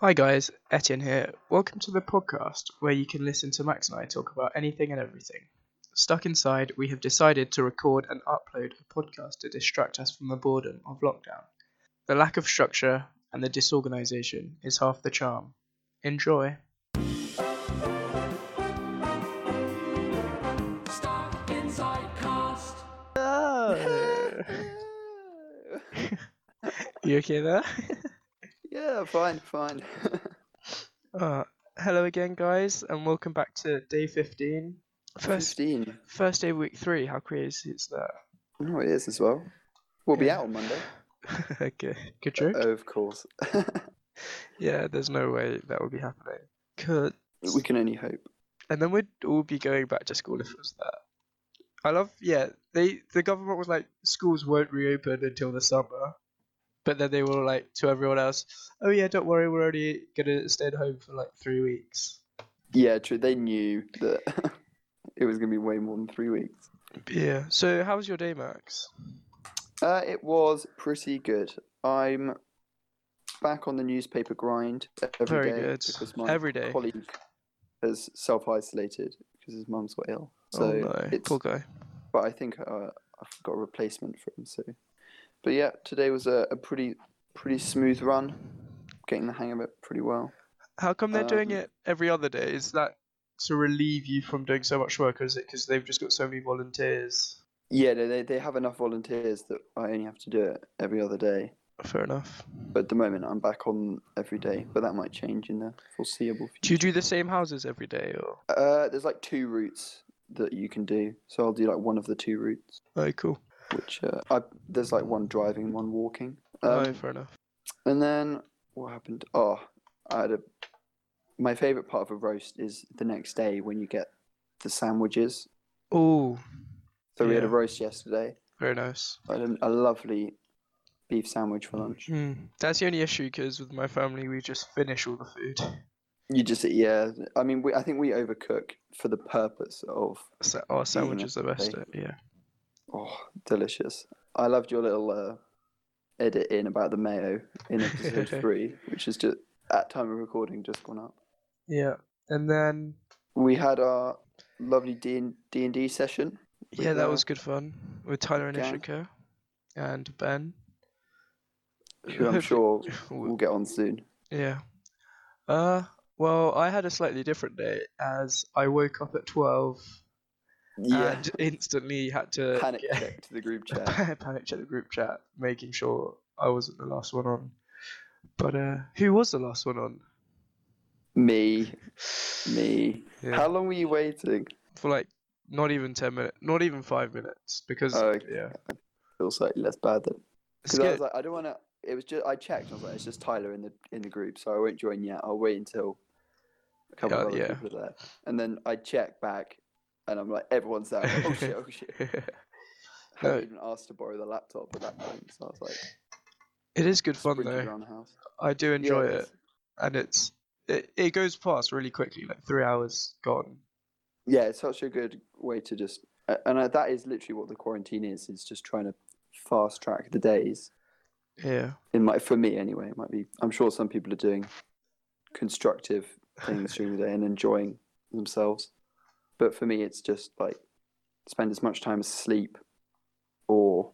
Hi guys, Etienne here. Welcome to the podcast where you can listen to Max and I talk about anything and everything. Stuck inside, we have decided to record and upload a podcast to distract us from the boredom of lockdown. The lack of structure and the disorganisation is half the charm. Enjoy. Stuck inside cast. you okay there? yeah, fine, fine. Uh, hello again, guys, and welcome back to day 15. First, Fifteen. first day of week three. How crazy is that? No, it is as well. We'll be Yeah. out on Monday. okay, good joke. Oh, of course. Yeah, there's no way that would be happening. Could we can only hope. and then we'd all be going back to school if it was that. I love yeah, they the government was like schools won't reopen until the summer. But then they were like to everyone else, Oh yeah, don't worry, we're only gonna stay at home for like three weeks. Yeah, true. They knew that it was going to be way more than three weeks. Yeah. So how was your day, Max? Uh, it was pretty good. I'm back on the newspaper grind every day Very good. because my Every day. colleague has self-isolated because his mum's got ill. So oh no. it's Poor guy. but I think uh, I've got a replacement for him. So, but yeah, today was a, a pretty pretty smooth run, getting the hang of it pretty well. How come they're doing um, it every other day? Is that to relieve you from doing so much work, or is it because they've just got so many volunteers? Yeah, they- they they have enough volunteers that I only have to do it every other day. Fair enough. But at the moment, I'm back on every day, but that might change in the foreseeable Do you future. do the same houses every day, or? Uh, there's like two routes that you can do, so I'll do like one of the two routes. Oh, cool. Which uh, I, there's like one driving, one walking. Um, oh, fair enough. And then what happened? Oh, I had a. My favorite part of a roast is the next day when you get the sandwiches. Oh, So we had a Yeah. roast yesterday. very nice. I had a, a lovely beef sandwich for lunch. Hmm, That's the only issue because with my family, we just finish all the food. Mm-hmm. You just yeah. I mean, we, I think we overcook for the purpose of Sa- Our sandwich is that's the best. okay. at- Yeah. oh delicious. I loved your little uh, edit in about the mayo in episode three, which is just at time of recording just gone up. Yeah, and then We had our lovely D and D and D session. With, yeah, that uh, was good fun with Tyler and Gang. Ishika and Ben. who I'm Hopefully- sure w- we'll get on soon. Yeah. Uh, well, I had a slightly different day as I woke up at twelve Yeah, and instantly had to panic get- check to the group chat. I panicked check the group chat, making sure I wasn't the last one on. But uh, who was the last one on? Me, me. Yeah. How long were you waiting? For like not even ten minutes, not even five minutes, because Oh, okay. yeah, Feels slightly less bad then. it's Because I was good. like, I don't want to. It was just I checked. I was like, it's just Tyler in the in the group, so I won't join yet. I'll wait until a couple Yeah, of other yeah. people are there, and then I check back, and I'm like, everyone's there. I'm like, oh shit! Oh shit! I No. haven't even asked to borrow the laptop at that point, so I was like, it is good fun sprinted though. around the house. I do Yeah, enjoy it's- it, and it's it, it goes past really quickly, like three hours gone. yeah it's such a good way to just a- and uh, that is literally what the quarantine is is just trying to fast track the days Yeah, it might for me anyway it might be i'm sure some people are doing constructive things during the day and enjoying themselves but for me it's just like spend as much time asleep or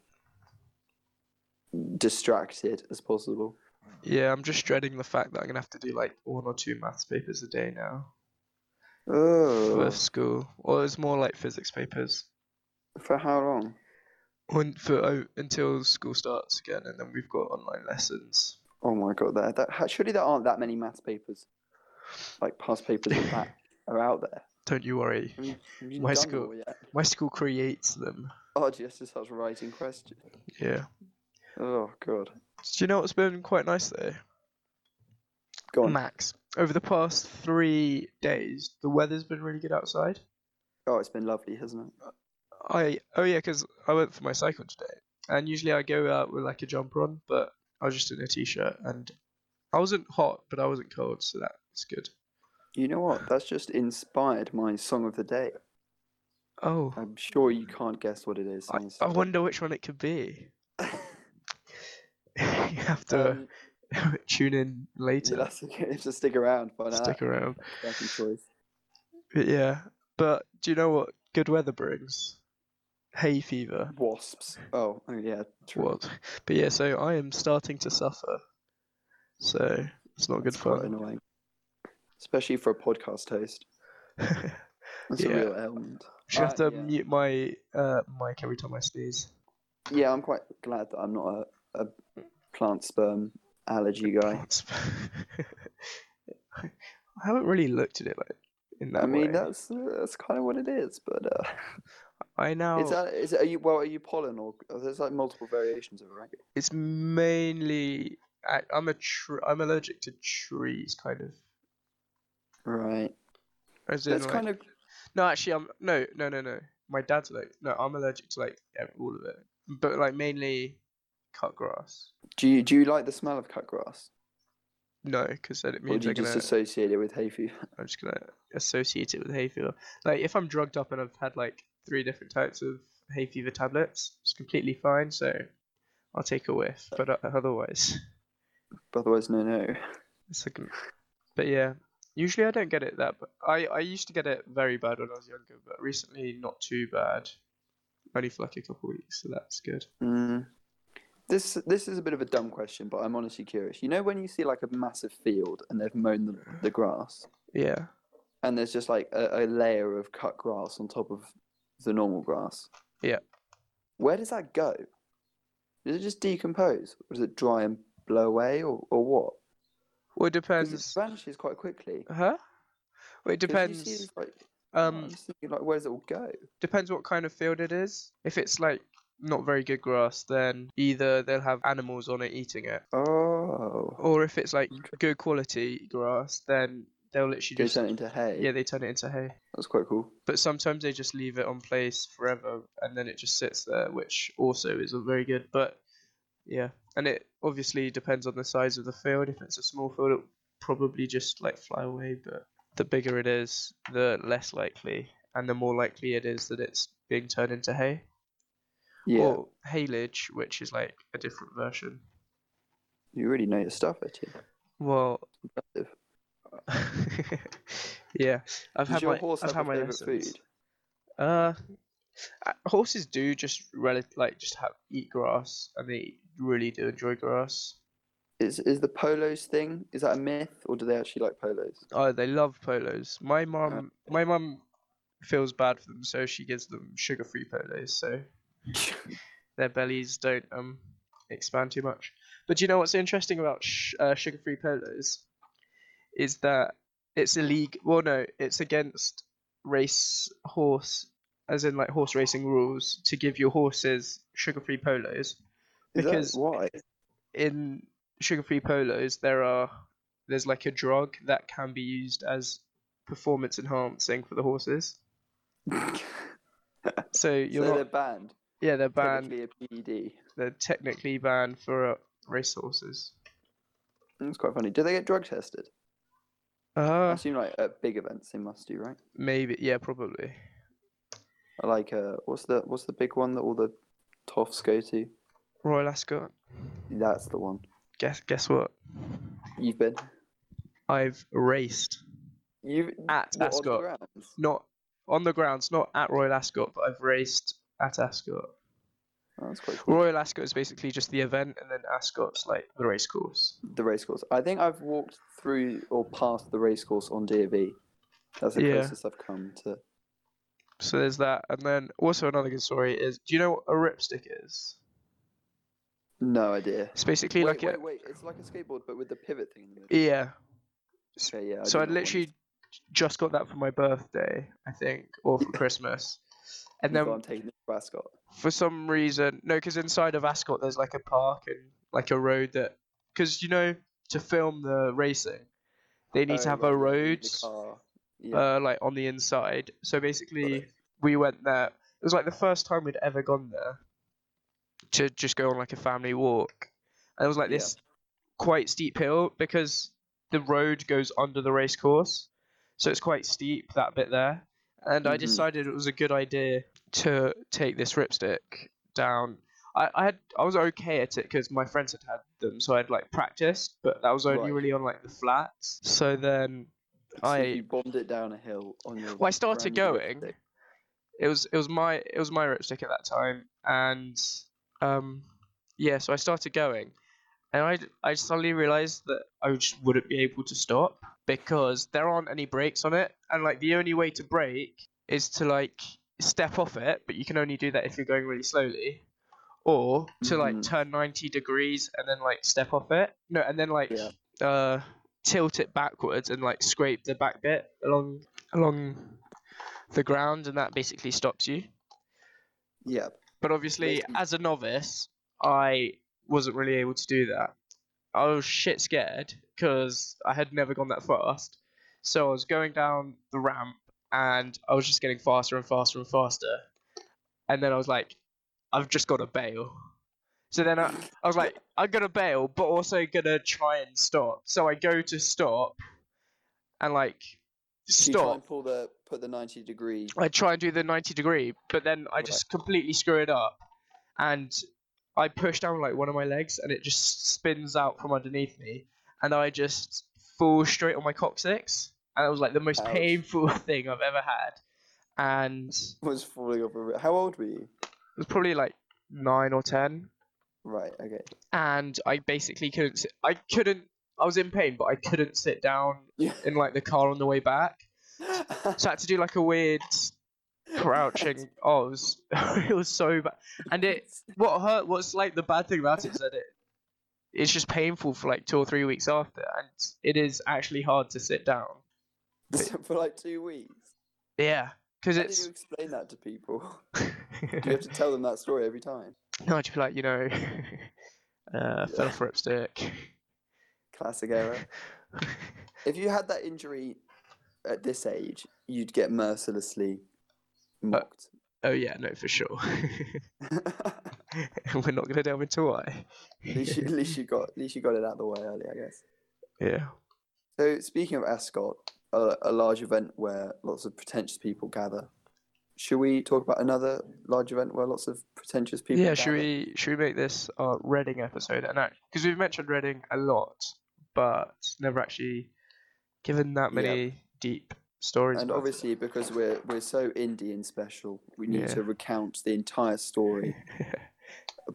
distracted as possible yeah. I'm just dreading the fact that I'm gonna have to do like one or two maths papers a day now oh for school, or it's more like physics papers. for how long on for oh, until school starts again, and then we've got online lessons. oh my god that, that how- surely there aren't that many maths papers like past papers like that are out there Don't you worry, Have you- have you My done school- all yet? my school creates them. Oh, just is such a writing question. Yeah. Oh god. Do you know what's been quite nice though, Go on. Max? Over the past three days, the weather's been really good outside. Oh, it's been lovely, hasn't it? I oh yeah, 'cause I went for my cycle today, and usually I go out with like a jumper on, but I was just in a t-shirt, and I wasn't hot, but I wasn't cold, so that's good. You know what? That's just inspired my song of the day. Oh, I'm sure you can't guess what it is. I, um, honestly. I wonder which one it could be. you have to Um, Tune in later. Yeah, that's okay. Just stick around. Find out. Stick around. Second choice. But yeah. But do you know what good weather brings? Hay fever. Wasps. Oh, oh yeah. True. What? But yeah, so I am starting to suffer. So it's not good That's quite fun. annoying. Especially for a podcast host. That's Yeah. a real element. Should have to Uh, yeah. mute my uh, mic every time I sneeze. Yeah, I'm quite glad that I'm not a, a plant sperm allergy guy. I haven't really looked at it like in that I mean, way. that's that's kind of what it is, but uh, I now it's it's, uh, is it, are you well? Are you pollen or oh, there's like multiple variations of it, right? mainly I, I'm a tr- I'm allergic to trees, kind of. Right. As in, That's like- kind of no, actually, I'm no, no, no, no. My dad's like no, I'm allergic to like ev- all of it, but like mainly cut grass. Do you do you like the smell of cut grass, No, because then it or means do I'm you just gonna associate it with hay fever? I'm just gonna associate it with hay fever. Like if I'm drugged up and I've had like three different types of hay fever tablets, it's completely fine. So I'll take a whiff, but o- otherwise, But otherwise, no, no. it's like. mm, But yeah, usually I don't get it that. But I I used to get it very bad when I was younger, but recently not too bad. Only for like a couple weeks, so that's good. Mm. This this is a bit of a dumb question, but I'm honestly curious. You know when you see like a massive field and they've mown the, the grass, Yeah, and there's just like a, a layer of cut grass on top of the normal grass. Yeah. Where does that go? Does it just decompose, or does it dry and blow away, or, or what? well it 'Cause it depends. vanishes quite quickly. Huh? Well, it 'Cause you see depends. it's like- I'm Um, just thinking, like, where does it all go? depends what kind of field it is. If it's like not very good grass, then either they'll have animals on it eating it, Oh. or if it's like Interesting. good quality grass, then they'll literally They just turn it into hay. yeah they turn it into hay. That's quite cool. But sometimes they just leave it on place forever, and then it just sits there, which also isn't very good. But yeah, and it obviously depends on the size of the field. If it's a small field, it'll probably just like fly away. But the bigger it is, the less likely, and the more likely it is that it's being turned into hay. Yeah. or haylage, which is like a different version. You really know your stuff, actually. Well, Impressive. yeah, I've Does had your my horse I've have had a my favorite lessons. food? Uh, uh, horses do just rel- like just have eat grass, and they really do enjoy grass. Is is the polos thing? Is that a myth, or do they actually like polos? Oh, they love polos. My mum, Uh, my mum feels bad for them, so she gives them sugar-free polos, so their bellies don't um expand too much. But do you know what's interesting about sh- uh, sugar-free polos is that it's illegal. Well, no, it's against race horse, as in like horse racing rules, to give your horses sugar-free polos Is Because- that why? in sugar-free polos there are there's like a drug that can be used as performance enhancing for the horses so so you're they're not, banned. yeah they're banned Technically a E PED. they're technically banned for uh, race horses That's quite funny. Do they get drug tested? I uh assume like at big events they must do, right? maybe yeah probably Like uh, what's the what's the big one that all the toffs go to? royal ascot That's the one. guess guess what You've been. i've raced You've At what, on the Ascot. grounds? not on the grounds not at royal ascot but i've raced at ascot Oh, that's quite cool. royal ascot is basically just the event and then ascot's like the race course The race course. I think I've walked through or past the race course on DAV. That's the Yeah. closest I've come to. So there's that, and then also another good story is: Do you know what a ripstick is? No idea. It's basically wait, like wait, a wait. It's like a skateboard, but with the pivot thing in the middle. yeah. Okay, yeah. so do I know what one literally it is. j- just got that for my birthday, I think, or for Christmas, and You thought then I'm taking this to Ascot. for some reason, no, because inside of Ascot there's like a park and like a road that, because you know, to film the racing, they need to Oh, have a right, yeah, you need road, the car. Yeah. uh, like on the inside. So basically, we went there. It was like the first time we'd ever gone there to just go on like a family walk. And it was like Yeah. this quite steep hill because the road goes under the race course. So it's quite steep that bit there. And I Mhm. decided it was a good idea to take this ripstick down. I, I had I was okay at it because my friends had had them, so I'd like practiced, but that was only Right. really on like the flats. So then So I you bombed it down a hill on your. Well, I started brand new going. lipstick. it was it was my it was my ripstick at that time, and um yeah, so I started going, and I I suddenly realised that I just wouldn't be able to stop because there aren't any brakes on it, and like the only way to brake is to like step off it, but you can only do that if you're going really slowly. Or to like Mhm. turn ninety degrees and then like step off it, no, and then like Yeah. uh, tilt it backwards and like scrape the back bit along along the ground, and that basically stops you. Yeah. But obviously, Basically- as a novice, I wasn't really able to do that. I was shit scared because I had never gone that fast. So I was going down the ramp and I was just getting faster and faster and faster. And then I was like, I've just got to bail. So then I, I was like, I'm going to bail, but also going to try and stop. So I go to stop and like So you try stop. and pull the put the ninety degree. I try and do the 90 degree, but then I just completely screw it up. And I push down like one of my legs and it just spins out from underneath me. And I just fall straight on my coccyx. And it was like the most Ouch. painful thing I've ever had. And it Was falling off. a ri- How old were you? was probably like nine or 10. Right. Okay. And I basically couldn't sit. I couldn't. I was in pain, but I couldn't sit down Yeah. in like the car on the way back. So I had to do like a weird crouching. Oh, it was, it was so bad. And it, what hurt, what's like the bad thing about it is that it, it's just painful for like two or three weeks after, and it is actually hard to sit down. for like two weeks. Yeah, because How do it's. you explain that to people? Do you have to tell them that story every time? no, I'd just be like, you know, uh, fell off a ripstick. Classic error. if you had that injury at this age, you'd get mercilessly mocked. Oh, yeah, no, for sure. We're not going to delve into why. at, least you, at least you got at least you got it out of the way early, I guess. Yeah. So speaking of Ascot, a, a large event where lots of pretentious people gather. Should we talk about another large event where lots of pretentious people? yeah, should gather? we should we make this our Reading episode? And because we've mentioned Reading a lot, but never actually given that Yeah. many deep stories. And about it. obviously, because we're we're so indie and special, we need Yeah. to recount the entire story,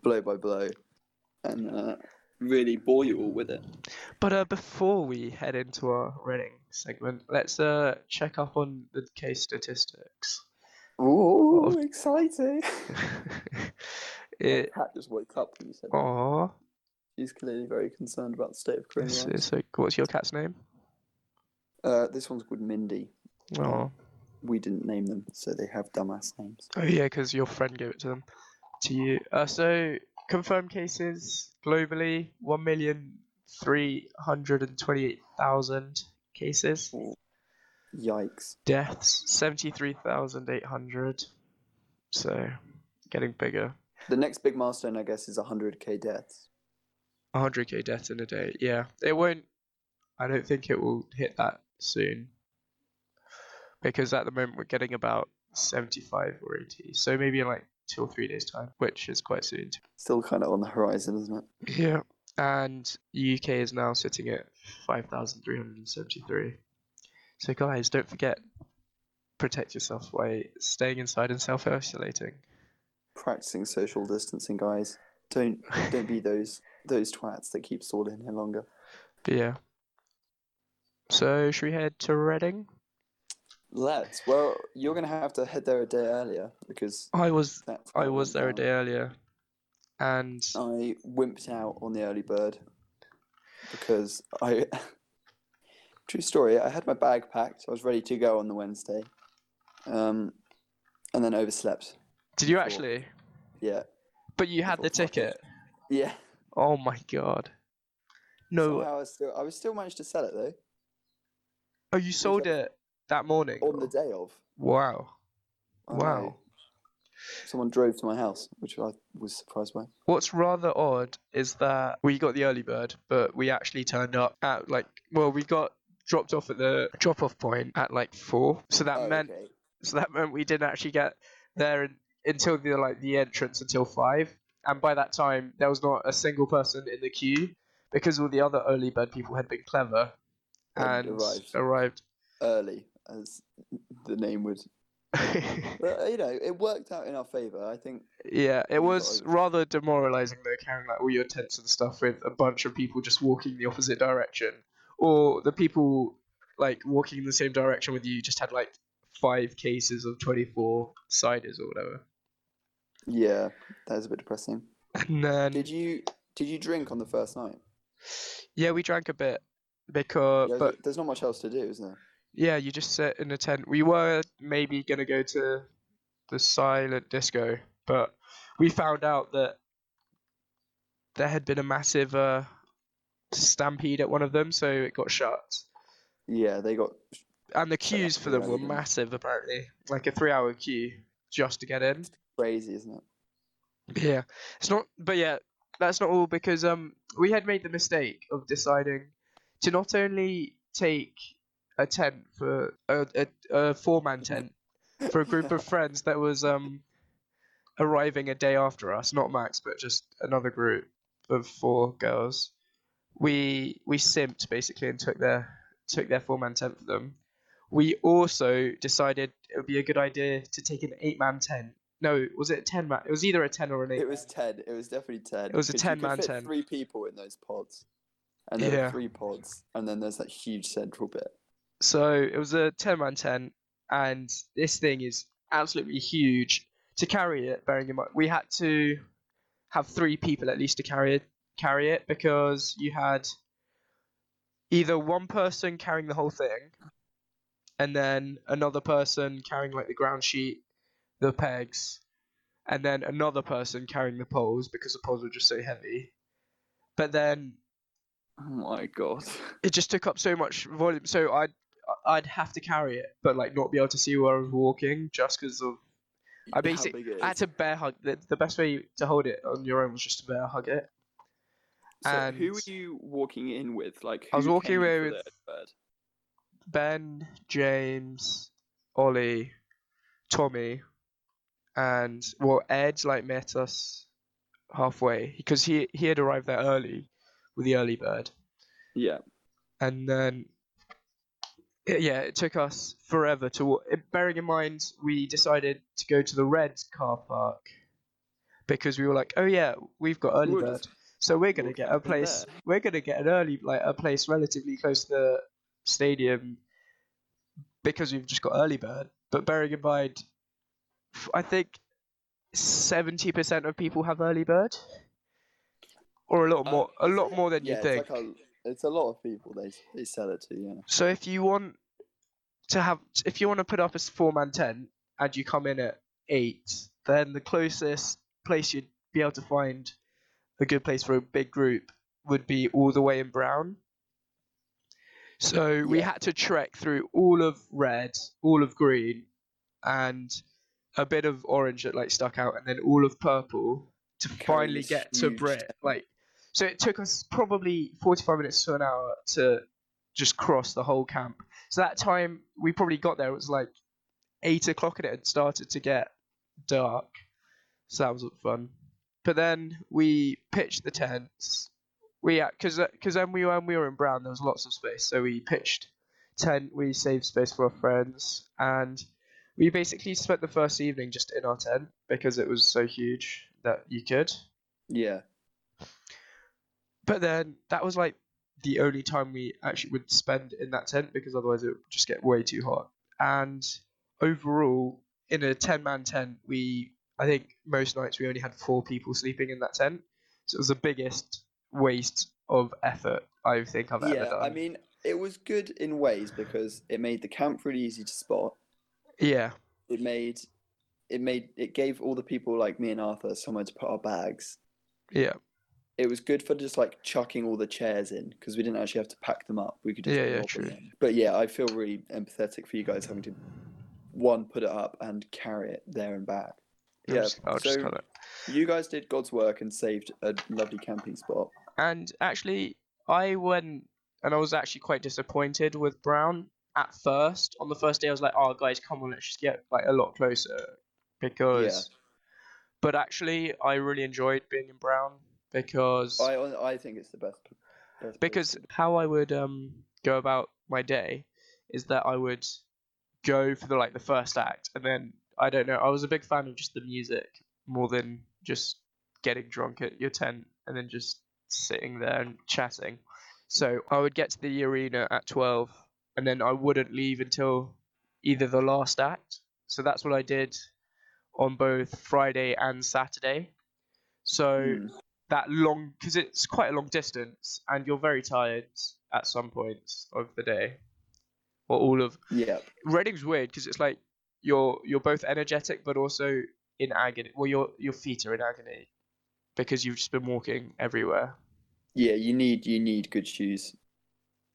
blow by blow, and uh, really bore you all with it. But uh, before we head into our Reading segment, let's uh, check up on the case statistics. Ooh, exciting! it, Pat just woke up when you said that. aw, She's clearly very concerned about the state of this coronavirus. is like, what's your cat's name? Uh, this one's called Mindy. Aw. We didn't name them, so they have dumbass names. Oh yeah, because your friend gave it to them, to you. Uh, so confirmed cases globally, one million three hundred and twenty-eight thousand cases. Yikes! Deaths seventy-three thousand eight hundred. So getting bigger. The next big milestone, I guess, is 100k deaths. hundred k deaths in a day. Yeah, it won't. I don't think it will hit that soon. Because at the moment we're getting about seventy-five or eighty. So maybe in like two or three days' time, which is quite soon. Still kind of on the horizon, isn't it? Yeah, and UK is now sitting at 5,373. So, guys, don't forget, protect yourself by staying inside and self isolating. Practicing social distancing, guys. Don't don't be those those twats that keep stalling here longer. yeah. So, should we head to Reading? Let's. Well, you're gonna have to head there a day earlier because I was that's I how was it there a went day down. earlier, and I wimped out on the early bird because I. True story. I had my bag packed. I was ready to go on the Wednesday, um, and then overslept. did you Cool. actually? Yeah, But you had Cool, the fuck it. ticket. yeah. Oh my god! No, Somehow I still, I was still managed to sell it though oh, you sold that- it that morning. on the day of. Wow! I know. Wow! Someone drove to my house, which I was surprised by. What's rather odd is that we got the early bird, but we actually turned up at like well, we got dropped off at the drop off point at like four. So that Oh, meant okay. so that meant we didn't actually get there in, until the like the entrance until five. and by that time there was not a single person in the queue because all the other early bird people had been clever Had and arrived. arrived. early, as the name would. But, you know, it worked out in our favour. I think yeah, it You was guys- rather demoralizing though, carrying like all your tents and stuff with a bunch of people just walking the opposite direction, or the people like walking in the same direction with you just had like five cases of twenty-four ciders or whatever. Yeah, that was a bit depressing. And then Did you did you drink on the first night? yeah, we drank a bit because Yeah, but there's not much else to do, is there? Yeah, you just sit in a tent. We were maybe gonna go to the silent disco, but we found out that there had been a massive uh, stampede at one of them, so it got shut. Yeah, they got And the So that's queues for them were irrelevant. massive, apparently, like a three-hour queue just to get in. crazy, isn't it? Yeah, it's not. But yeah, that's not all because um we had made the mistake of deciding to not only take a tent for a a, a four-man tent for a group of friends that was um arriving a day after us, not Max, but just another group of four girls. We we simped basically and took their took their four-man tent for them. We also decided it would be a good idea to take an eight-man tent. No, was it a ten man? It was either a ten or an eight. It was ten. It was definitely ten. It was a 'cause 10 you could man fit tent. Three people in those pods, and there Yeah. were three pods, and then there's that huge central bit. So it was a 10 man tent, and this thing is absolutely huge. To carry it, bearing in mind, we had to have three people at least to carry it, carry it because you had either one person carrying the whole thing, and then another person carrying like the ground sheet, the pegs, and then another person carrying the poles because the poles were just so heavy. But then Oh my god. it just took up so much volume. So I'd I'd have to carry it, but like not be able to see where I was walking just because of I basic- I had to bear hug. The, the best way to hold it on your own was just to bear hug it. So who were and- you walking in with? Like I was who walking came away for the with- bird? Ben, James, Ollie, Tommy, and well Ed like met us halfway because he he had arrived there early with the early bird. Yeah. and then it- yeah, it took us forever to. wa- it- Bearing in mind, we decided to go to the Reds car park because we were like, oh yeah, we've got early We'll bird, just so we're gonna walk get up a from place. We're gonna get an early like a place relatively close to the stadium because we've just got early bird. But bearing in mind, f- I think seventy percent of people have early bird, or a lot Uh, more, a lot more than yeah, you it's think. like a- it's a lot of people they they sell it to. Yeah. So if you want to have, if you want to put up a four-man tent and you come in at eight, then the closest place you'd be able to find a good place for a big group would be all the way in Brown. So we Yeah. had to trek through all of red, all of green, and a bit of orange that like stuck out, and then all of purple to Carrying finally this get to huge Brit. tent. Like, so it took us probably forty-five minutes to an hour to just cross the whole camp. So that time we probably got there, it was like eight o'clock and it had started to get dark. So that was fun. But then we pitched the tents. We because because then we when we were in Brown, there was lots of space, so we pitched tent. We saved space for our friends, and we basically spent the first evening just in our tent because it was so huge that you could. Yeah. But then that was like the only time we actually would spend in that tent because otherwise it would just get way too hot. And overall, in a 10 man tent, we, I think most nights we only had four people sleeping in that tent. So it was the biggest waste of effort I think I've ever Yeah. done. I mean, it was good in ways because it made the camp really easy to spot. yeah. it made it made it gave all the people like me and Arthur somewhere to put our bags. Yeah. It was good for just like chucking all the chairs in because we didn't actually have to pack them up. We could just Yeah, yeah, lob them true. in. But yeah, I feel really empathetic for you guys having to one put it up and carry it there and back. I'll Yeah, just- I'll just so cut it. you guys did God's work and saved a lovely camping spot. And actually, I went and I was actually quite disappointed with Brown at first. On the first day, I was like, "Oh, guys, come on, let's just get like a lot closer," because But actually, I really enjoyed being in Brown because I I think it's the best. best place because to do how I would um go about my day is that I would go for the like the first act and then I don't know I was a big fan of just the music more than just getting drunk at your tent and then just sitting there and chatting so I would get to the arena at 12 and then I wouldn't leave until either the last act so that's what I did on both Friday and Saturday so it. Mm. that long because it's quite a long distance and you're very tired at some points of the day or all of Yeah, Reading's weird because it's like you're you're both energetic but also in agony well your your feet are in agony because you've just been walking everywhere yeah. You need you need good shoes.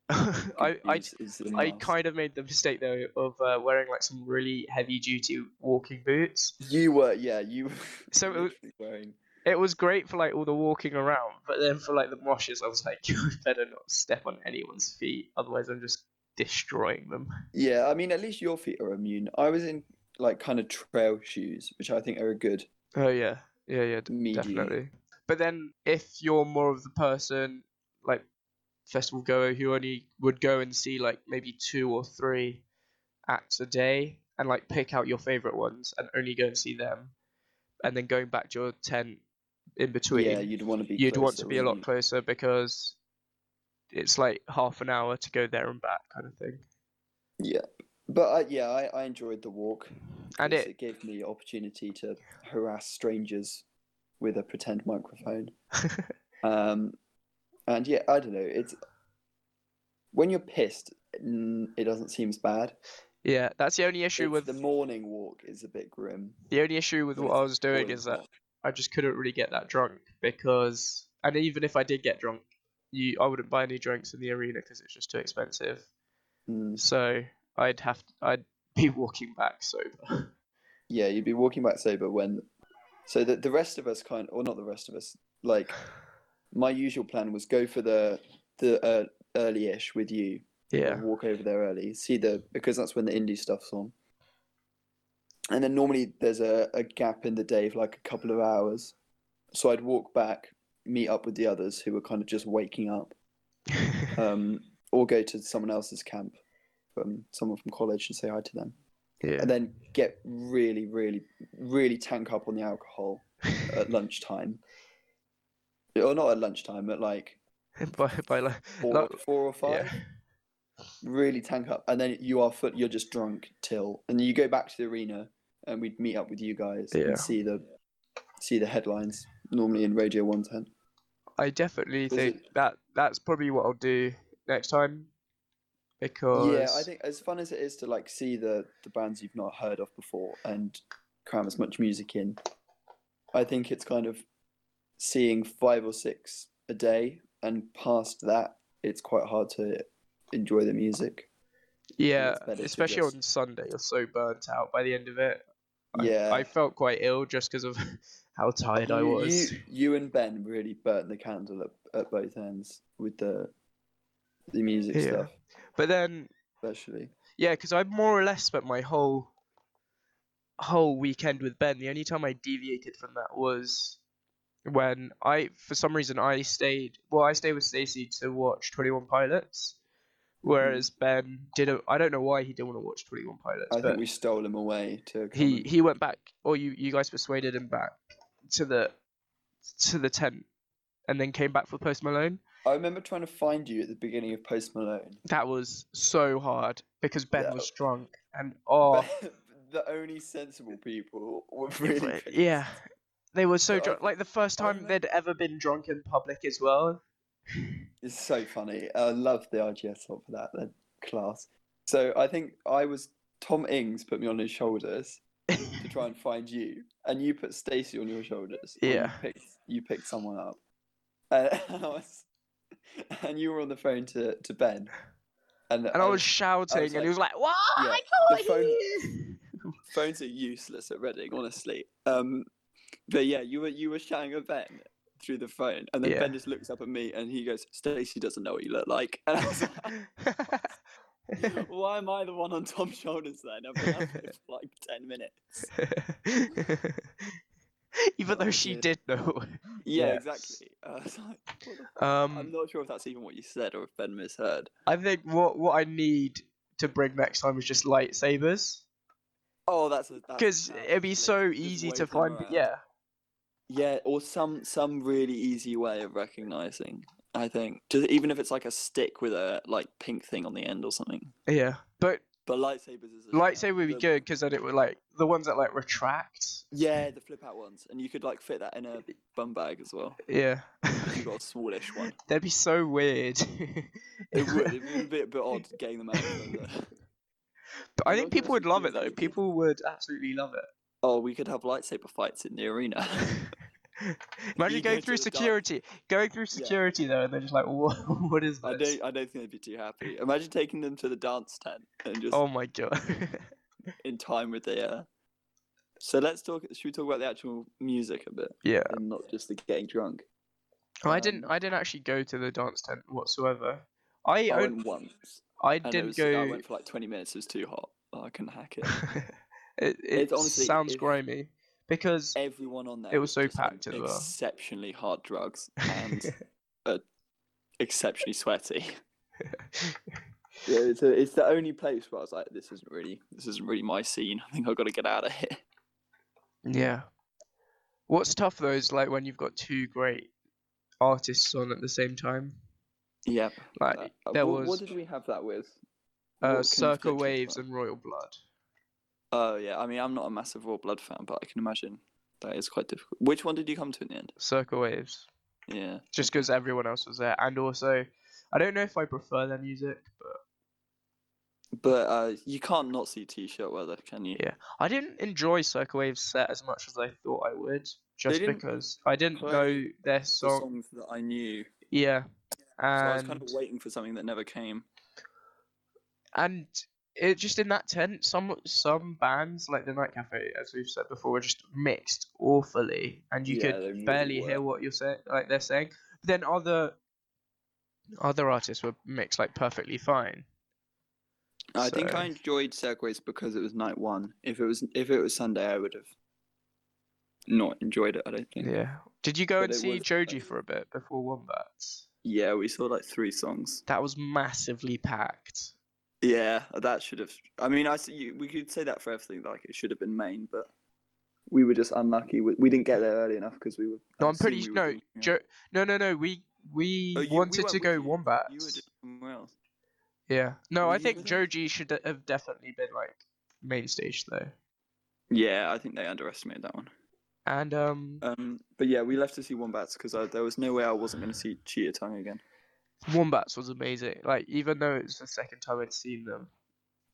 I, I is the I must. kind of made the mistake though of uh, wearing like some really heavy duty walking boots. you were yeah you. So uh, it was- literally wearing It was great for like all the walking around, but then for like the moshes, I was like, you better not step on anyone's feet, otherwise I'm just destroying them. yeah. I mean, at least your feet are immune. I was in like kind of trail shoes, which I think are a good Oh yeah, yeah, yeah. medium. Definitely. But then if you're more of the person like festival goer who only would go and see like maybe two or three acts a day and like pick out your favorite ones and only go and see them and then going back to your tent in between Yeah, you'd want to be. you'd want to closer, be a lot wouldn't closer because it's like half an hour to go there and back kind of thing you? Yeah, but I, yeah, I, I enjoyed the walk. and because it it gave me opportunity to harass strangers with a pretend microphone. Um, and yeah, I don't know. It's when you're pissed, mm, it doesn't seem as bad. yeah that's the only issue It's with the morning walk is a bit grim. the only issue with when what it's I was doing four is that o'clock. I just couldn't really get that drunk because, and even if I did get drunk, you I wouldn't buy any drinks in the arena because it's just too expensive. Mm, So I'd have I'd be walking back sober. yeah, you'd be walking back sober when. So the the rest of us kind, or not the rest of us. Like my usual plan was go for the the uh, early-ish with you. yeah, and walk over there early, see the because that's when the indie stuff's on. And then normally there's a, a gap in the day of like a couple of hours. So I'd walk back, meet up with the others who were kind of just waking up, um, or go to someone else's camp from someone from college and say hi to them. yeah, And then get really, really, really tank up on the alcohol at lunchtime. Or not at lunchtime, at like by by like, four, Lu- four or five yeah. really tank up, and then you are foot. You're just drunk till, and you go back to the arena, and we'd meet up with you guys Yeah. and see the see the headlines normally in Radio One Ten. I definitely Is it- think that that's probably what I'll do next time because Yeah, I think as fun as it is to like see the the bands you've not heard of before and cram as much music in, I think it's kind of seeing five or six a day, and past that, it's quite hard to enjoy the music. yeah, better to especially just- on Sunday, you're so burnt out by the end of it. I- yeah, I felt quite ill just because of how tired I You- was. You, you and Ben really burnt the candle at, at both ends with the the music Yeah. stuff, But then, especially. yeah, because I more or less spent my whole whole weekend with Ben. The only time I deviated from that was when I, for some reason, I stayed. Well, I stayed with Stacey to watch Twenty One Pilots, whereas Ben didn't. I don't know why he didn't want to watch Twenty One Pilots, I but think we stole him away to. come he and- he went back, or you you guys persuaded him back to the to the tent, and then came back for Post Malone. I remember trying to find you at the beginning of Post Malone. That was so hard because Ben Yeah. was drunk and oh But the only sensible people were really. pissed. yeah, they were so Yeah, I drunk. Like the first I time they'd ever been drunk in public as well. It's so funny. I love the IGS song for that. They're class. So I think I was Tom Ings put me on his shoulders to try and find you, and you put Stacy on your shoulders. or Yeah. You picked, you picked someone up, and, I was, and you were on the phone to, to Ben, and, And I was shouting, and he like- was like, "What? Yeah, I the can't phone- hear." phones are useless at Reading, honestly. Um, but yeah, you were you were shouting at Ben through the phone, and then Yeah. Ben just looks up at me and he goes, "Stacy doesn't know what you look like." And I was like, Why am I the one on Tom's shoulders then? I've been up here for like 10 minutes. even though she Yeah. did know. Yeah, Yes. exactly. Uh, it's like, what the- I'm Um, not sure if that's even what you said or if Ben misheard. I think what what I need to bring next time is just lightsabers Oh, that's a- that's a because sound it'd be link. so Just easy wave to them find. around. Yeah, Yeah, or some some really easy way of recognizing. I think, just, even if it's like a stick with a like pink thing on the end or something. yeah. But But lightsabers is a shout. lightsaber would be The- good because then it would like the ones that like retract. Yeah, the flip out ones, and you could like fit that in a bum bag as well. Yeah, If you got a smallish one, that'd be so weird. it would it'd be a bit, bit odd getting them out. of them, though. But I think I'm not gonna people would love it though. confuse anything. People would absolutely love it. Oh, we could have lightsaber fights in the arena. Imagine you going go through to the dark- security, going through Yeah. security though, and they're just like, "What? What is I this?" don't. I don't think they'd be too happy. Imagine taking them to the dance tent and just Oh my god. in time with the. Uh... So let's talk. Should we talk about the actual music a bit yeah. and not just the getting drunk? Well, I didn't. Um, I didn't actually go to the dance tent whatsoever. I I own, went once. I and it oh, didn't was- I go. went for like twenty minutes. It was too hot. Oh, I couldn't hack it. it it honestly- sounds it- Eh. grimy because Everyone on there. It was so just on packed as well. Exceptionally hard drugs and exceptionally sweaty. Yeah, it's, a, it's the only place where I was like, this isn't really, this isn't really my scene. I think I've got to get out of here. yeah. What's tough though is like when you've got two great artists on at the same time. Yeah. Uh, Like there what, was did we have that with? uh, what Circle conflict was Waves that? and Royal Blood. Oh yeah, I mean, I'm not a massive Raw Blood fan, but I can imagine that is quite difficult. Which one did you come to in the end? Circle Waves. Yeah. just because everyone else was there, and also I don't know if I prefer their music, but But uh, you can't not see T-shirt weather, can you? Yeah. I didn't enjoy Circle Wave's set as much as I thought I would, just didn't because I didn't play know their The song. songs that I knew, Yeah, so I and was kind of waiting for something that never came. and it just in that tent, some some bands like the Night Cafe, as we've said before, were just mixed awfully, and you Yeah, could they really barely were. hear what you're saying, like they're saying. But then other other artists were mixed like perfectly fine. I think So- I enjoyed Segways because it was night one. If it was if it was Sunday, I would have not enjoyed it. I don't think. Yeah. Did you go But and it see was Joji expensive. for a bit before Wombats? Yeah, we saw like three songs. That was massively packed. Yeah, that should have. I mean, I s- you- we could say that for everything. Like it should have been Maine, but we were just unlucky. We, we didn't get there early enough because we were. No, I I'm pretty assume sure. No, we were doing- yeah. Jo- no, no, no. We we Oh, you- we wanted went to with go you. Wombats. You were doing somewhere else. Yeah. No, Were I you think with us? Joji should de- have definitely been like main stage though. Yeah, I think they underestimated that one. And um, Um, but yeah, we left to see Wombats because there was no way I wasn't going to see Cheetah Tongue again. Wombats was amazing. Like even though it was the second time I'd seen them,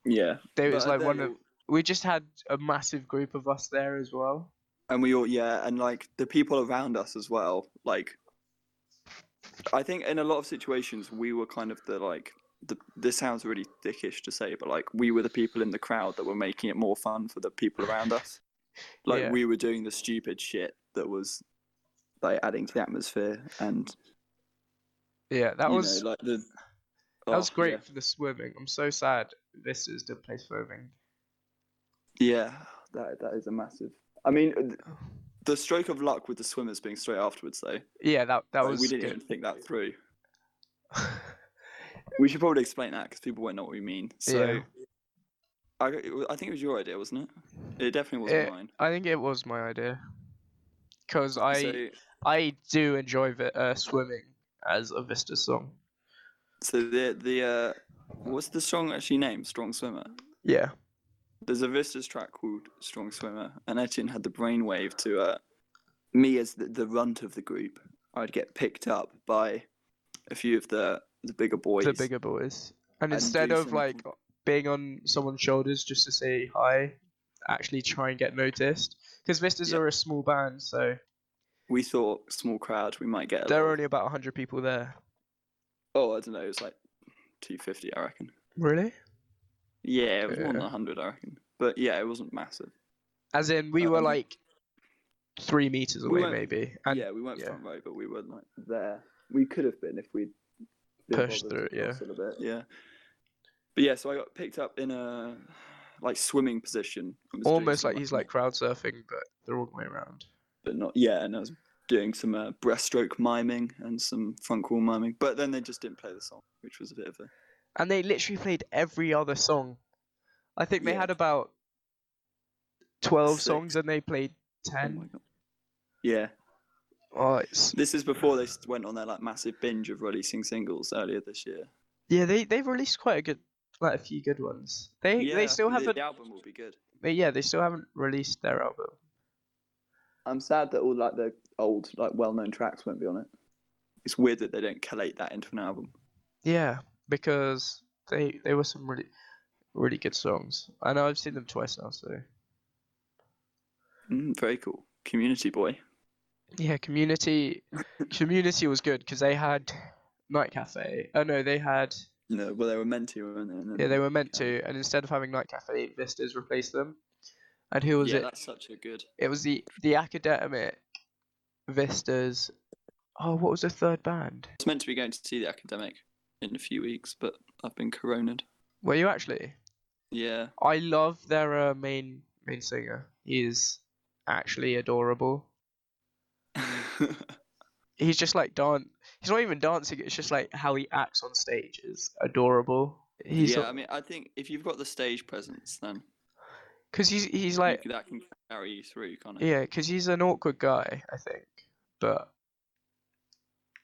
Yeah, they was But like then one of. all- We just had a massive group of us there as well. and we all yeah, and like the people around us as well. Like, I think in a lot of situations we were kind of the like. The, this sounds really dickish to say, but like we were the people in the crowd that were making it more fun for the people around us. Like Yeah. we were doing the stupid shit that was like adding to the atmosphere, and Yeah, that you was know, like the that was Oh, great yeah. for the swimming. I'm so sad this is the place for swimming. Yeah, that that is a massive. I mean, th- the stroke of luck with the swimmers being straight afterwards, though. Yeah, that that Like, was Oh, we didn't good. even think that through. We should probably explain that because people won't know what we mean. So, Yeah. I g- it wa- I think it was your idea, wasn't it? It definitely wasn't Eh, mine. I think it was my idea because I so, I do enjoy vi- uh, swimming as a Vista song. so the the uh, what's the song actually named? Strong Swimmer. Yeah, There's a Vistas track called Strong Swimmer, and Etienne had the brainwave to uh, me as the, the runt of the group. I'd get picked up by a few of the the bigger boys. the bigger boys, and And instead do of like something. being on someone's shoulders just to say hi, actually try and get noticed because Vistas Yeah. are a small band, so we thought small crowd we might get a there little- are only about hundred people there. oh i don't know it was like 250 i reckon Really? yeah it was more than Yeah. 100 i reckon but yeah it wasn't massive As in, we were Um, like three meters we away, weren't- maybe, and yeah we weren't yeah. front row but we were like there we could have been if we'd been Pushed through bothered to it, yeah. cross it a bit, yeah but yeah so i got picked up in a like swimming position I was doing almost some, like he's like crowd surfing, but the wrong way around. but not yeah. And I was doing some uh, breaststroke miming and some front crawl miming, but then they just didn't play the song, which was a bit of a oh and they literally played every other song. I think they Yeah. had about twelve Six. songs, and they played oh ten. my god. Yeah, Oh, it's this is before they s- went on their like massive binge of releasing singles earlier this year. yeah, they they've released quite a good, like a few good ones. They yeah, they still the- haven't. The album will be good. they- yeah, they still haven't released their album. I'm sad that all like the old like well-known tracks won't be on it. It's weird that they don't collate that into an album. Yeah, because they they were some really really good songs. I know I've seen them twice now. So Mm, very cool. Community boy. yeah, Community Community was good because they had Night Cafe. Oh no, they had No, well they were meant to, weren't they? And then- yeah they were meant to, and instead of having Night Cafe, Vistas replaced them. And who was yeah, it? that's such a good. It was the the academic Vistas. Oh, what was the third band? I was meant to be going to see the academic in a few weeks, but I've been coroned. Were you actually? Yeah, I love their uh, main main singer. He is actually adorable. He's just like dan. He's not even dancing. It's just like how he acts on stage is adorable. He's yeah. I mean, I think if you've got the stage presence, then you- because he's he's like that can carry you through, can't it? yeah because he's an awkward guy I think, but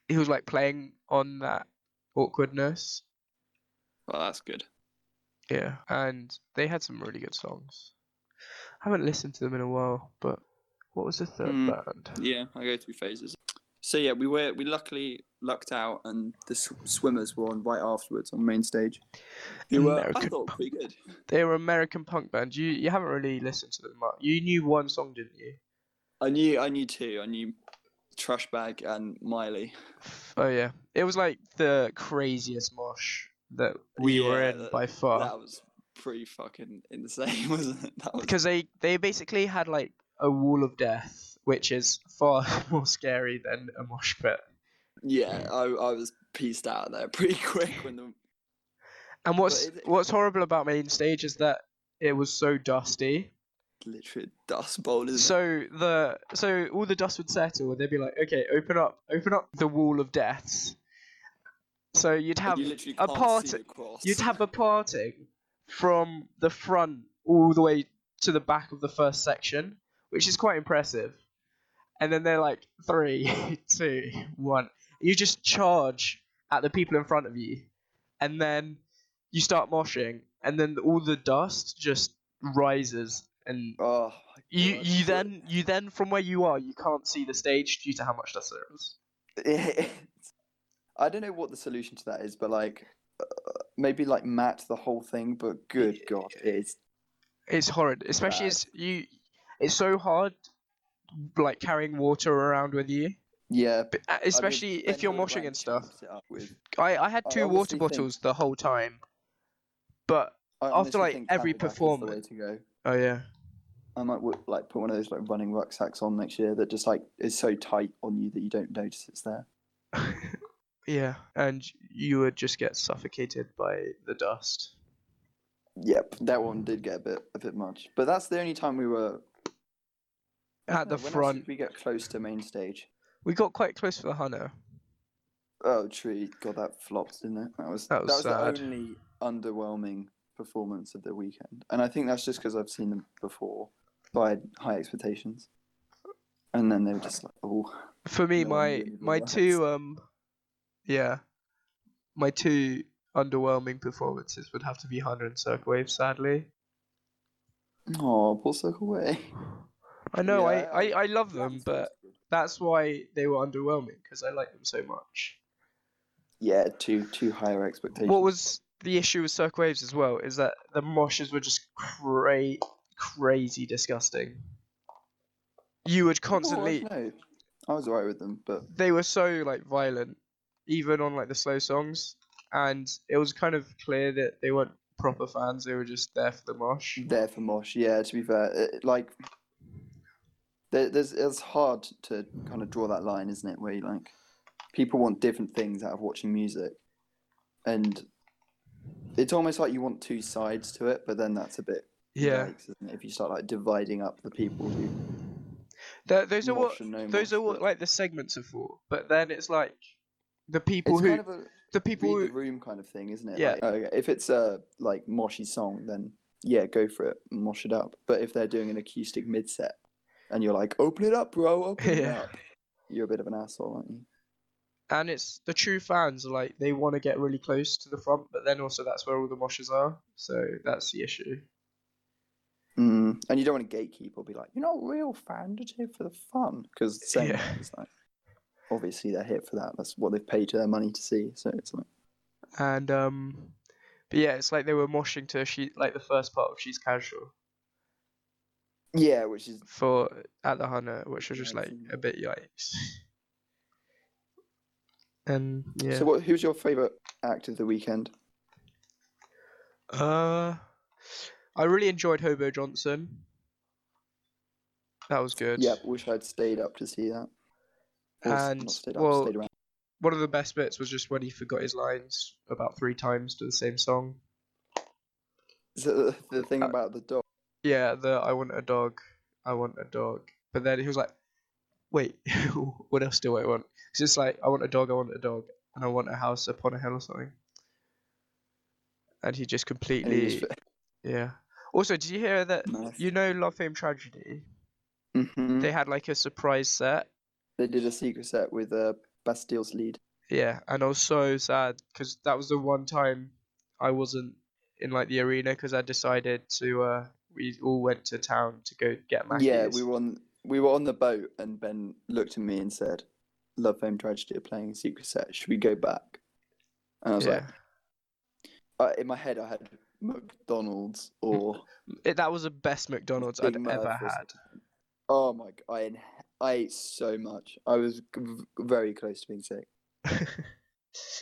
he was like playing on that awkwardness. Well, that's good. Yeah, and they had some really good songs. I haven't listened to them in a while, but what was the third Hmm. band? Yeah, I go through phases. So yeah, we were we luckily lucked out, and the sw- swimmers were on right afterwards on main stage. Who were I American thought pretty good. They were American punk band. You you haven't really listened to them much. You knew one song, didn't you? I knew I knew two. I knew Trash Bag and Miley. Oh yeah, it was like the craziest mosh that we were Yeah, in that- by far That was pretty fucking insane, wasn't it? That was because they they basically had like a wall of death, which is far more scary than a mosh pit. Yeah, I, I was pieced out there pretty quick when the And what's it- what's horrible about main stage is that it was so dusty. literally dust bowl is So the so all the dust would settle, and they'd be like, "Okay, open up, open up the wall of deaths." So you'd have you literally a can't part- see across. you'd have a parting from the front all the way to the back of the first section, which is quite impressive. And then they're like three, two, one. You just charge at the people in front of you, and then you start moshing, and then all the dust just rises and Oh my you God, you shit. then you then from where you are you can't see the stage due to how much dust there is. I don't know what the solution to that is, but like uh, maybe like mat the whole thing. But good god, it is It's horrid, especially Bad. as you. It's so hard, like carrying water around with you, yeah. but, uh, especially if you're moshing and stuff. I I had I two water honestly think- bottles the whole time, but After, like, every performance, performance- oh yeah, I might wo- like put one of those like running rucksacks on next year that just like is so tight on you that you don't notice it's there. yeah, and you would just get suffocated by the dust. Yep, that one did get a bit a bit much, but that's the only time we were I At don't the know, when else did front. We get close to main stage. We got quite close for the Hunter. Oh, tree! God, that flopped, didn't it? That was That was sad. the only underwhelming performance of the weekend, and I think that's just because I've seen them before, so I had high expectations, and then they were just like, oh, For me, No one my really my likes- two um, yeah, my two underwhelming performances would have to be Hunter and Circwave. Sadly, oh, Paul Circle Way. I know Yeah, I, I- I I love them, but that's why they were underwhelming because I like them so much. yeah, too too higher expectations. Oh, What was the issue with Circwaves as well is that the moshes were just cra- crazy disgusting. You would Oh, I don't constantly know. I was alright with them, but they were so like violent, even on like the slow songs, and it was kind of clear that they weren't proper fans. They were just there for the mosh. there for Mosh. Yeah, to be fair, it, like there, there's it's hard to kind of draw that line, isn't it? Where you like people want different things out of watching music, and it's almost like you want two sides to it, but then that's a bit Yeah, yikes, isn't it? If you start like dividing up the people who Th those are what Motion, no those are motion. what like the segments are for. But then it's like the people it's who kind of a the people read who the room kind of thing, isn't it? Yeah. Like, okay, if it's a like moshy song, then yeah, go for it, mosh it up. But if they're doing an acoustic mid set, and you're like, open it up, bro, open it Yeah. up, you're a bit of an asshole, aren't you? and it's the true fans are like they want to get really close to the front, but then also that's where all the moshers are. So that's the issue. Mm. And you don't want to gatekeep or be like, you're not a real fan, just here for the fun, because same Yeah. it's like, obviously they're here for that. That's what they've paid their money to see. So it's like, And um, but yeah, it's like they were moshing to she like the first part of she's casual yeah, which is for at the Hana, which was just Yeah, I've like seen a bit yikes. and yeah. so. What? Who's your favorite act of the weekend? Uh, I really enjoyed Hobo Johnson. That was good. Yep, wish I'd stayed up to see that. Or s- And, not stayed well, stayed around. One of the best bits was just when he forgot his lines about three times to the same song. Is that the, the thing Uh, about the dog? Yeah, the I want a dog, I want a dog. But then he was like, wait, what else do I want? It's just like, I want a dog, I want a dog, and I want a house upon a hill or something. And he just And he completely. just- Yeah. Also, did you hear that? Nice. You know Love Fame Tragedy? Mm-hmm. Mhm. They had like a surprise set They did a secret set with uh, Bastille's lead. Yeah, and I was so sad because that was the one time I wasn't in like the arena because I decided to. Uh, we all went to town to go get Mackey's. Yeah, we were on we were on the boat, and Ben looked at me and said, "Love, Fame, Tragedy are playing a secret set. Should we go back?" And I was yeah. like, uh, in my head, I had McDonald's or It, that was the best McDonald's I'd Big Mac ever or had. oh my god, I, in- I ate so much. I was g- very close to being sick.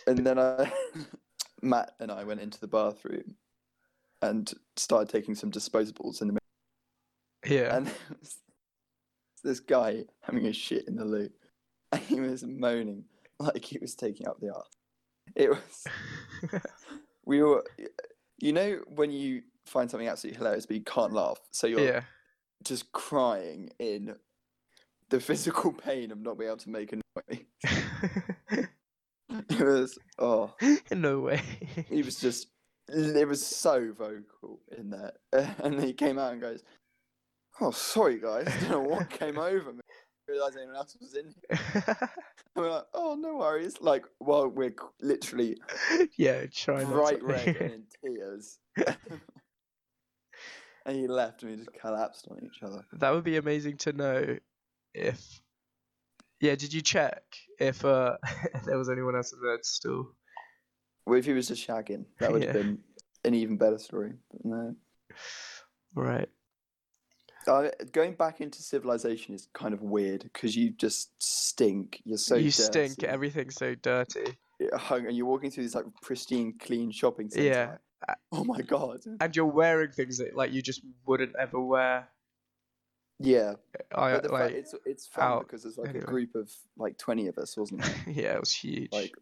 And then I, Matt and I went into the bathroom and started taking some disposables in the yeah. and there was this guy having a shit in the loo, and he was moaning like he was taking up the arse. It was we were, you know, when you find something absolutely hilarious but you can't laugh, so you're yeah. just crying in the physical pain of not being able to make a noise. It was oh, no way. he was just it was so vocal in there, and he came out and goes. Oh, sorry guys, don't know what came over me. Realised anyone else was in here. And we're like, oh, no worries. Like, well, we're c- literally yeah, try not bright to- red and in tears. and he left and we just collapsed on each other. That would be amazing to know if. Yeah, did you check if uh, there was anyone else in that still? Well, if he was just shagging, that would have Yeah. been an even better story. But no. Right. Uh, going back into civilization is kind of weird because you just stink. You're so you stink. e-, dirty. Everything's so dirty, You're hung and you're walking through this like pristine, clean shopping center. Yeah. like, oh my god. and you're wearing things that like you just wouldn't ever wear. Yeah, I but the fact like. it's it's fun out because there's like anyway. a group of like twenty of us, wasn't there? yeah, it was huge. like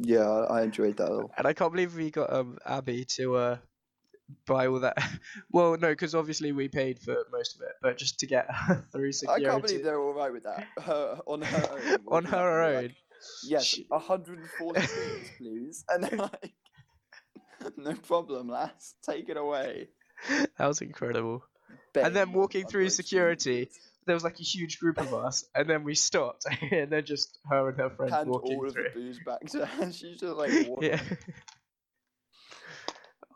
yeah i I enjoyed that all. and I can't believe we got um Abby to uh buy all that. well, no, because obviously we paid for most of it, but just to get her through i security can't believe they're all right with that her, on her own on walking up her and own. being like, yes She- 140 things please and they're like no problem lass take it away that was incredible. Bang, then one walking by through one, she security, just There was like a huge group of us, and then we stopped, and then just her and her friends hand walking all of the through. booze back to her and she's just like walking. yeah.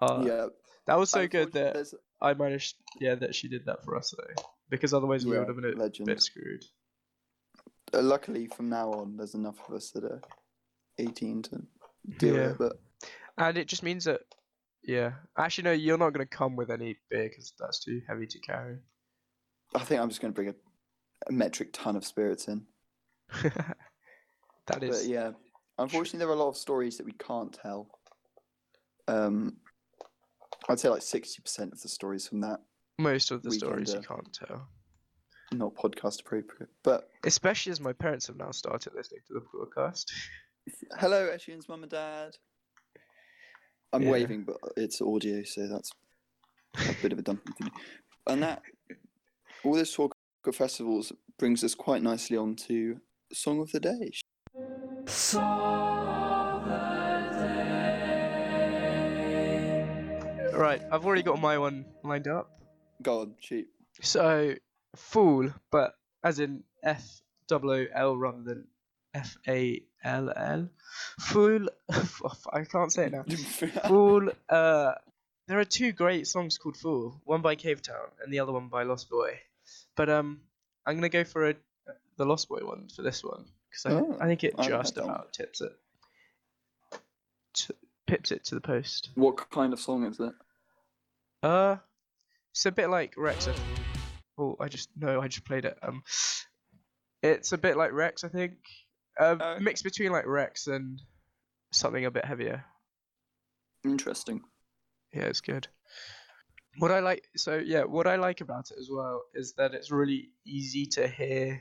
Uh, yeah That was so good unfortunately, that there's- I managed, yeah, that she did that for us though, because otherwise we Yeah, would have been a legend. bit screwed. uh, luckily from now on there's enough of us that are 18 to deal Yeah. with it but And it just means that, yeah, actually no, you're not gonna come with any beer because that's too heavy to carry. i think i'm just going to bring a, a metric ton of spirits in that is, But yeah, unfortunately, there are a lot of stories that we can't tell. Um, I'd say like sixty percent of the stories from that most of the we can uh, stories you do. can't tell, not podcast appropriate. But especially as my parents have now started listening to the podcast. hello, Eshian's mum and dad. I'm Yeah. waving, but it's audio, so that's a bit of a dumb thing. to do. And that all this talk festivals brings us quite nicely on to Song of the Day. Right, I've already got my one lined up. God, cheap. So, fool, but as in F O O L rather than F A L L. Fool. I can't say it now. Fool. Uh, there are two great songs called Fool. One by Cave Town and the other one by Lost Boy. But um, I'm gonna go for a, the Lost Boy one for this one because I, Oh, I think it I haven't just heard that one. about tips it. T- pips it to the post. what kind of song is it? Uh, it's a bit like Rex. I- Oh, I just no, I just played it. Um, it's a bit like Rex, I think. Um, Oh. mixed between like Rex and something a bit heavier. Interesting. Yeah, it's good. What I like, so yeah, what I like about it as well is that it's really easy to hear,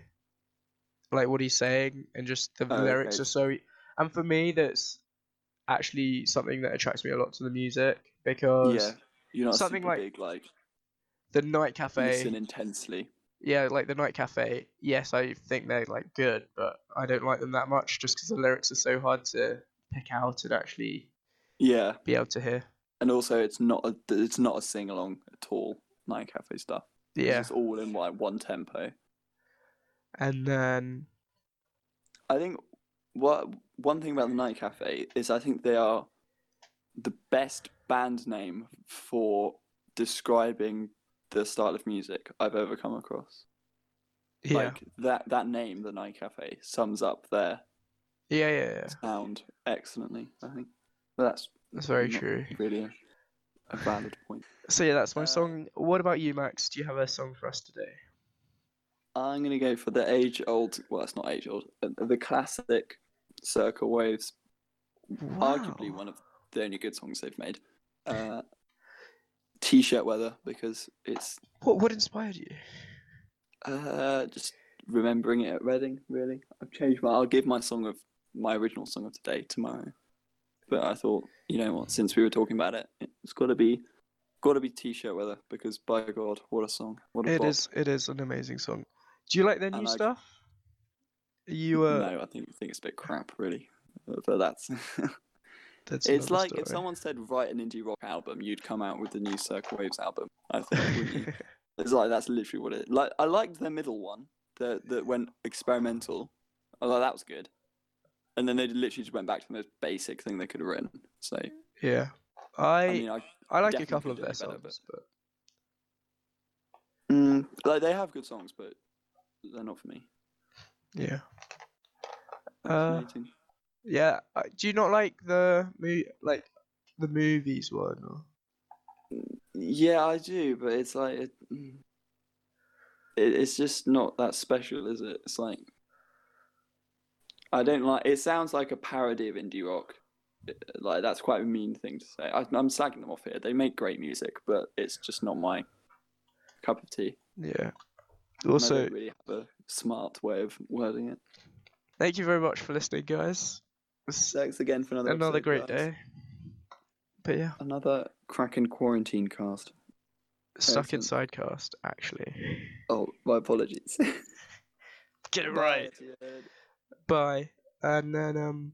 like what he's saying, and just the Oh, lyrics okay. are so. e- And for me, that's actually something that attracts me a lot to the music because Yeah, you're not something something super like big. Like the night cafe. listen intensely. yeah, like the Night Cafe. Yes, I think they're like good, but I don't like them that much just because the lyrics are so hard to pick out and actually Yeah, be able to hear. and also it's not a it's not a sing along at all. Night cafe stuff. It's Yeah, just all in like one tempo. and then I think what one thing about the Night Cafe is I think they are the best band name for describing the style of music I've ever come across. yeah, Like that that name, the Night Cafe, sums up their yeah, yeah, yeah. sound excellently. I think but that's That's very not true. Really, a, a valid point. So yeah, that's my Uh, song. What about you, Max? Do you have a song for us today? I'm gonna go for the age old. Well, it's not age old. uh, The classic Circle Waves, arguably one of the only good songs they've made. Uh, T-shirt weather because it's What what inspired you? uh, just remembering it at Reading. Really, I've changed my. I'll give my song of my original song of the day tomorrow. But I thought, you know what? Since we were talking about it, it's got to be, got to be T-shirt weather because by God, what a song! What a It bop. is it is an amazing song. Do you like their new And I- stuff? Are you uh, No, I think I think it's a bit crap, really. But- But that's that's it's another like if story. someone said write an indie rock album, you'd come out with the new Circle Waves album. I think wouldn't you? it's like that's literally what it. Like I liked their middle one that that went experimental. I thought that was good, and then they literally just went back to the most basic thing they could have written. So yeah, I, I mean, I I like a definitely couple of could do their better, but- songs, but mm, like they have good songs, but they're not for me. yeah. Uh, Fascinating. Yeah. uh, Do you not like the mo- like the movies one? Or... Yeah, I do, but it's like it, mm, it, it's just not that special, is it? It's like I don't like. It sounds like a parody of indie rock. It- Like that's quite a mean thing to say. I, I'm slagging them off here. They make great music, but it's just not my cup of tea. Yeah. and I Also, don't really have a smart way of wording it. thank you very much for listening, guys. It's Thanks again for another another episode, great guys. day. But yeah, Another Kraken quarantine cast. stuck Excellent. inside cast actually. Oh, my apologies. Get it right. Bye. And then um,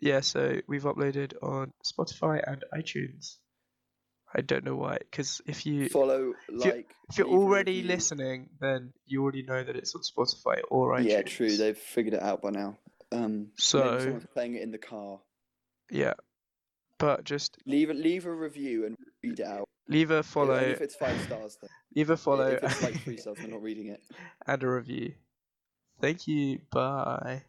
yeah. So we've uploaded on Spotify and iTunes. I don't know why, because if you Follow, If you're- like. if you're leave a already review. listening, then you already know that it's on Spotify or iTunes. Yeah, true. They've figured it out by now. Um, So- maybe someone's playing it in the car. Yeah. But just Leave a leave a review and read it out. leave a Only follow. if it's five stars. Then. leave a follow If it's like three stars, we're not reading it. and a review. Thank you. Bye.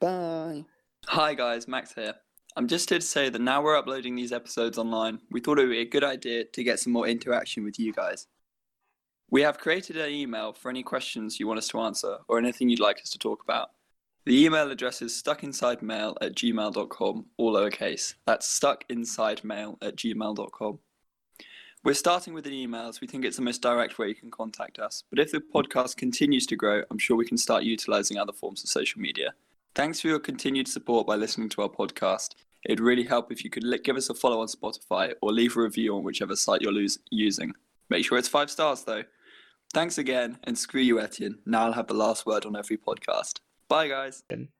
Bye. Hi guys, Max here. I'm just here to say that now we're uploading these episodes online, we thought it would be a good idea to get some more interaction with you guys. We have created an email for any questions you want us to answer or anything you'd like us to talk about. The email address is stuckinsidemail at gmail.com, all lowercase. That's stuckinsidemail at gmail.com. We're starting with an email as we think it's the most direct way you can contact us, but if the podcast continues to grow, I'm sure we can start utilizing other forms of social media. Thanks for your continued support by listening to our podcast. It'd really help if you could li- give us a follow on Spotify or leave a review on whichever site you're lose- using. Make sure it's five stars, though. Thanks again, and screw you, Etienne. Now I'll have the last word on every podcast. Bye, guys. And